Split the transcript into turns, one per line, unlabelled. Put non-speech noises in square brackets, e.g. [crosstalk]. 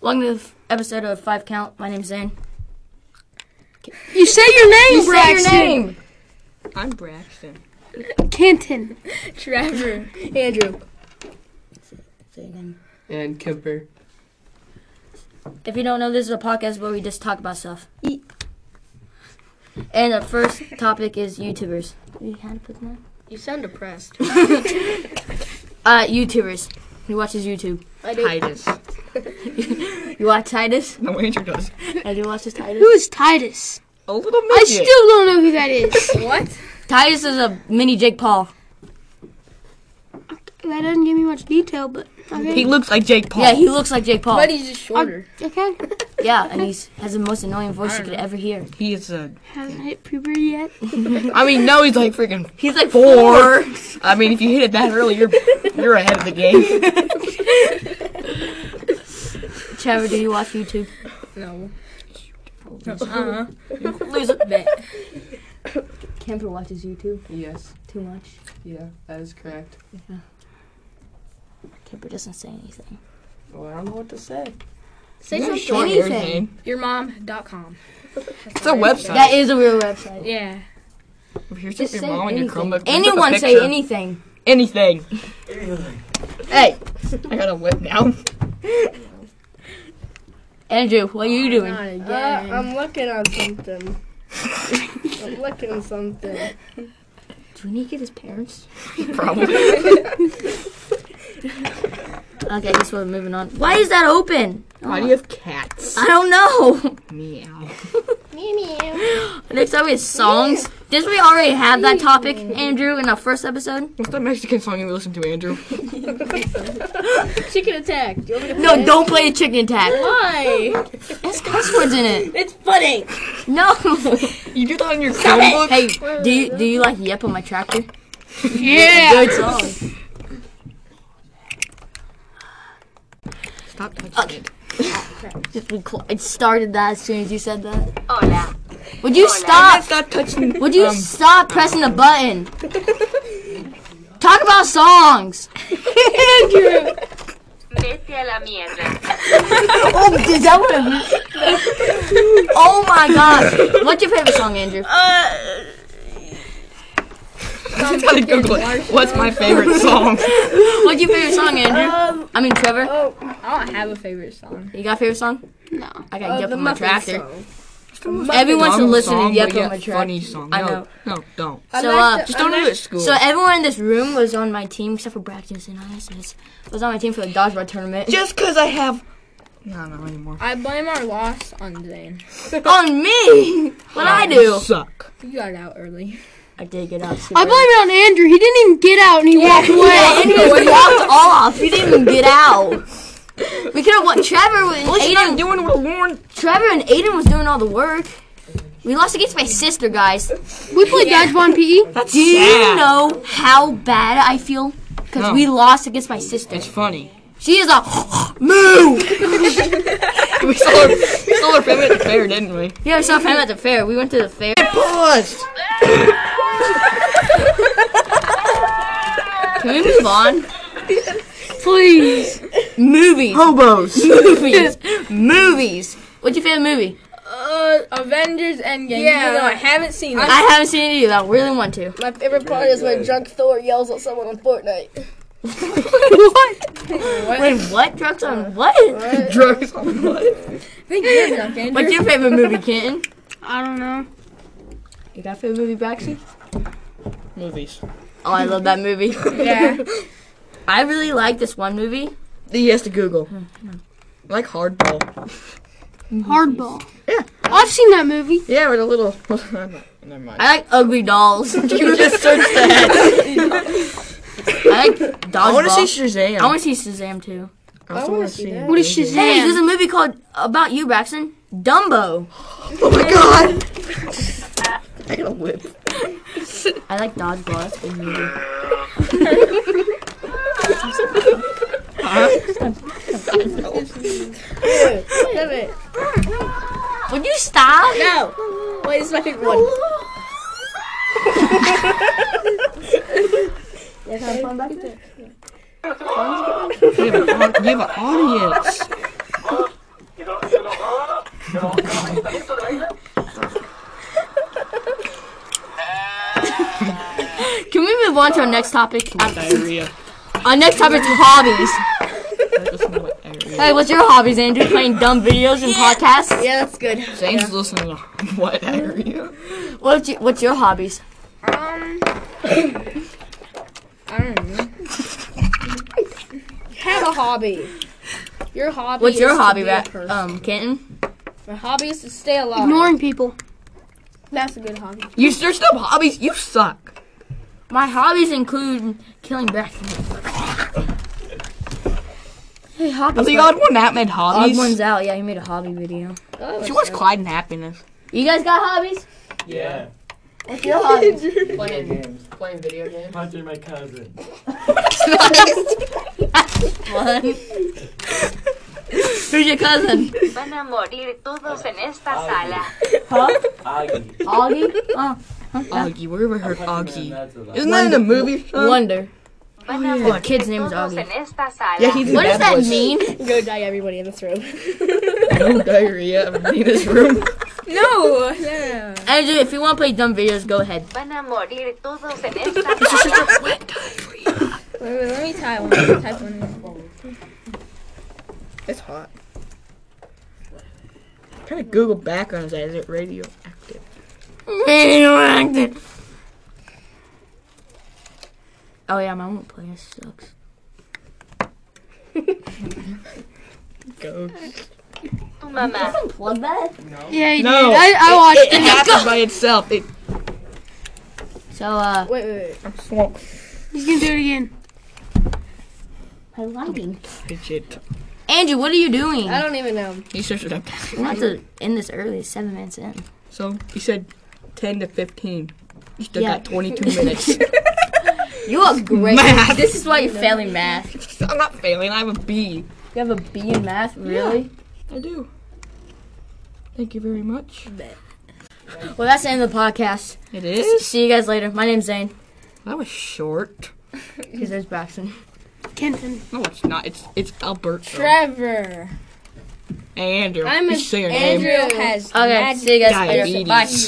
Welcome to the episode of Five Count. My name's Zane.
You say your name, Braxton.
I'm Braxton.
Canton.
Trevor. Andrew. Say your name.
And Kemper.
If you don't know, this is a podcast where we just talk about stuff. And the first topic is YouTubers. You had to put that.
You
[laughs]
sound depressed.
Uh, YouTubers. Who watches YouTube?
I do.
Titus.
You watch [laughs] Titus?
No, Andrew does.
Andrew watches Titus.
Who is Titus?
A little
I
midget.
still don't know who that is.
What?
Titus is a mini Jake Paul.
that doesn't give me much detail, but okay.
He looks like Jake Paul.
Yeah, he looks like Jake Paul.
But he's just shorter.
okay.
yeah, and he has the most annoying voice you could ever hear.
he is a.
Hasn't hit puberty yet.
I mean, no, he's like freaking.
He's like
Four. I mean, if you hit it that early, you're you're ahead of the game.
Trevor, do you watch YouTube?
No. Uh-huh.
Lose it. Bet. Camper watches YouTube
Yes,
too much.
yeah, that is correct.
Camper doesn't say anything.
Well, I don't know what to say.
Say
You're
something.
short,
Anything.
Eugene.
Yourmom.com.
It's a website.
That is a real website.
Yeah.
If you're
Just
your
say
mom and your
anything.
Chromebook. just
Anyone
take a
say
picture.
anything.
anything.
Hey,
I got a whip now. [laughs]
Andrew, what are you doing?
Not again.
I'm looking on something. I'm looking on something.
Do we need to get his parents?
Probably.
[laughs] Okay, I guess we're moving on. Why is that open?
Why do you have cats?
I don't know. [laughs]
Meow.
Next up is songs. Did we already have that topic, Andrew, in our first episode?
What's that Mexican song you listen to, Andrew?
Chicken attack. Do you want me to
No, don't play the chicken [laughs] attack.
Why?
That's cuss words in it.
It's funny.
No.
You do that on your Chromebook?
Hey, do you do you like Yep on my tractor?
Yeah.
Good song.
Stop
Uh,
touching it.
Just we cl- I started that as soon as you said that.
Oh, yeah.
Would you
[laughs]
stop?
Stop touching
Would you stop pressing the button? Talk about songs. [laughs] oh, is that what it Oh my gosh. What's your favorite song, Andrew?
I gotta Google it. What's my [laughs] favorite song?
What's your favorite song, Andrew? I mean, Trevor.
[laughs] I don't have a favorite song.
You got a favorite song?
No.
I
Uh,
got Yep on my tractor.
Everyone
Everyone should listen to Yep on my
yet
tractor.
funny song. No,
I know.
No, don't.
So, uh,
Just don't do it at school.
so everyone in this room was on my team except for Braxton and Isis. Was on my team for the dodgeball tournament.
just because I have. No, not anymore.
I blame our loss on Zane.
[laughs] on
[laughs]
me. What I do?
Suck.
You got out early.
I did get out.
I blame it on Andrew. He didn't even get out and he walked away.
Yeah, and he just
[laughs]
walked off. He didn't even get out. We could have won. Trevor and
What's not
Aiden.
doing what Lauren?
Trevor and Aiden was doing all the work. We lost against my sister, guys.
We played dodgeball and PE.
That's
Do you
sad.
know how bad I feel? Because
No.
we lost against my sister.
It's funny.
She is a [gasps] moo.
[laughs] we saw her. We saw her family at the fair, didn't we?
Yeah, I saw him at the fair. We went to the fair.
Paused.
[laughs] Can we move on?
Please.
Movies.
Hobos. [laughs]
Movies. Movies. What's your favorite movie?
Uh, Avengers Endgame. Yeah. Even though I haven't seen it.
I haven't seen it either. I really want to.
My favorite part is when drunk Thor yells at someone on
[laughs]
Fortnite.
what? Wait, what? Drugs on what?
Drugs on what?
I think you're drunk, Andrew.
What's your favorite movie, Kenton?
I don't know.
You got a favorite movie, Braxton?
Movies.
Oh, I love that movie. [laughs]
[laughs] Yeah.
I really like this one movie.
He has to Google. Like hardball.
Hardball.
Yeah.
I've seen that movie.
Yeah, with a little. [laughs] Never mind.
I like Ugly Dolls. [laughs]
You just searched that.
I like Dodgeball.
I want to
see.
see Shazam.
I want to see Shazam too.
I
wanna see that.
What is
Shazam?
Hey, there's
Shazam?
a movie called about you, Braxton. Dumbo.
Oh my god! [laughs] I got a whip.
I like Dodgeball. That's a good movie.
Damn it.
Would you stop?
No. Wait, this is my favorite one.
You have an audience.
move on to our next topic. Our
diarrhea.
next topic is hobbies.
I just know what diarrhea.
Hey, what's your hobbies, Andrew? Playing dumb videos and podcasts?
Yeah, that's good.
James is listening to what diarrhea.
What's your, what's your hobbies?
Um, I don't know.
[laughs] Have a hobby. Your hobby.
What's your
is to
hobby,
be a
Rat?
person.
Um, Canton.
My hobby is to stay alive.
Ignoring people.
That's a good hobby.
You there's still hobbies. You suck.
My hobbies include killing Batman. Hey,
I
hobbies.
think
like-
odd one that made
Odd
hobbies.
ones out. Yeah, he made a hobby video.
Oh,
She watched Clyde and Happiness.
You guys got hobbies?
Yeah.
What's your
[laughs]
hobbies?
Playing games.
Playing video games.
Hunting my cousin.
One. Who's your cousin?
Van a morir todos en esta sala.
Augie.
Augie? Oh,
Augie. We ever heard Augie?
Hunting my nuts a lot.
Isn't that in a movie? or something?
Uh, Wonder.
Van a
The kid's name is
todos
Augie.
en esta sala.
Yeah, he did
What does
bad
that
boys.
mean?
Go die, everybody in this room. [laughs]
No diarrhea in this room.
[laughs]
No, yeah.
Andrew, if you want to play dumb videos, go ahead. [laughs]
Van a morir todos en esta sala.
Wait, wait, let me tie one. Let me type one. in.
It's hot. I'm trying to Google backgrounds. Is it radioactive?
Oh, Radioactive. Oh yeah, my won't play. This sucks.
Go.
Tu mamá.
Plug that.
Yeah, you
No,
did. I, I watched
It,
it.
it happens by itself. It
So uh,
Wait, wait, wait.
swamp
He's gonna do it again.
my lighting.
fidget.
Andrew, what are you doing?
I don't even know.
He searched it up.
We have to end this early. It's seven minutes in.
So he said 10 to 15. You still
Yeah.
got 22 minutes.
[laughs] You
[laughs]
are great.
Math.
This is why you're failing math.
I'm not failing. I have a B.
You have a B in math, really?
I do. Thank you very much.
Well, that's the end of the podcast.
It is.
See you guys later. My name's Zane.
That was short.
His name's Braxton.
Kenton.
No, it's not. It's it's Albert.
Trevor.
Andrew.
I'm a-
you say your name.
Andrew has
Okay, see you guys later.
Diabetes.
Bye.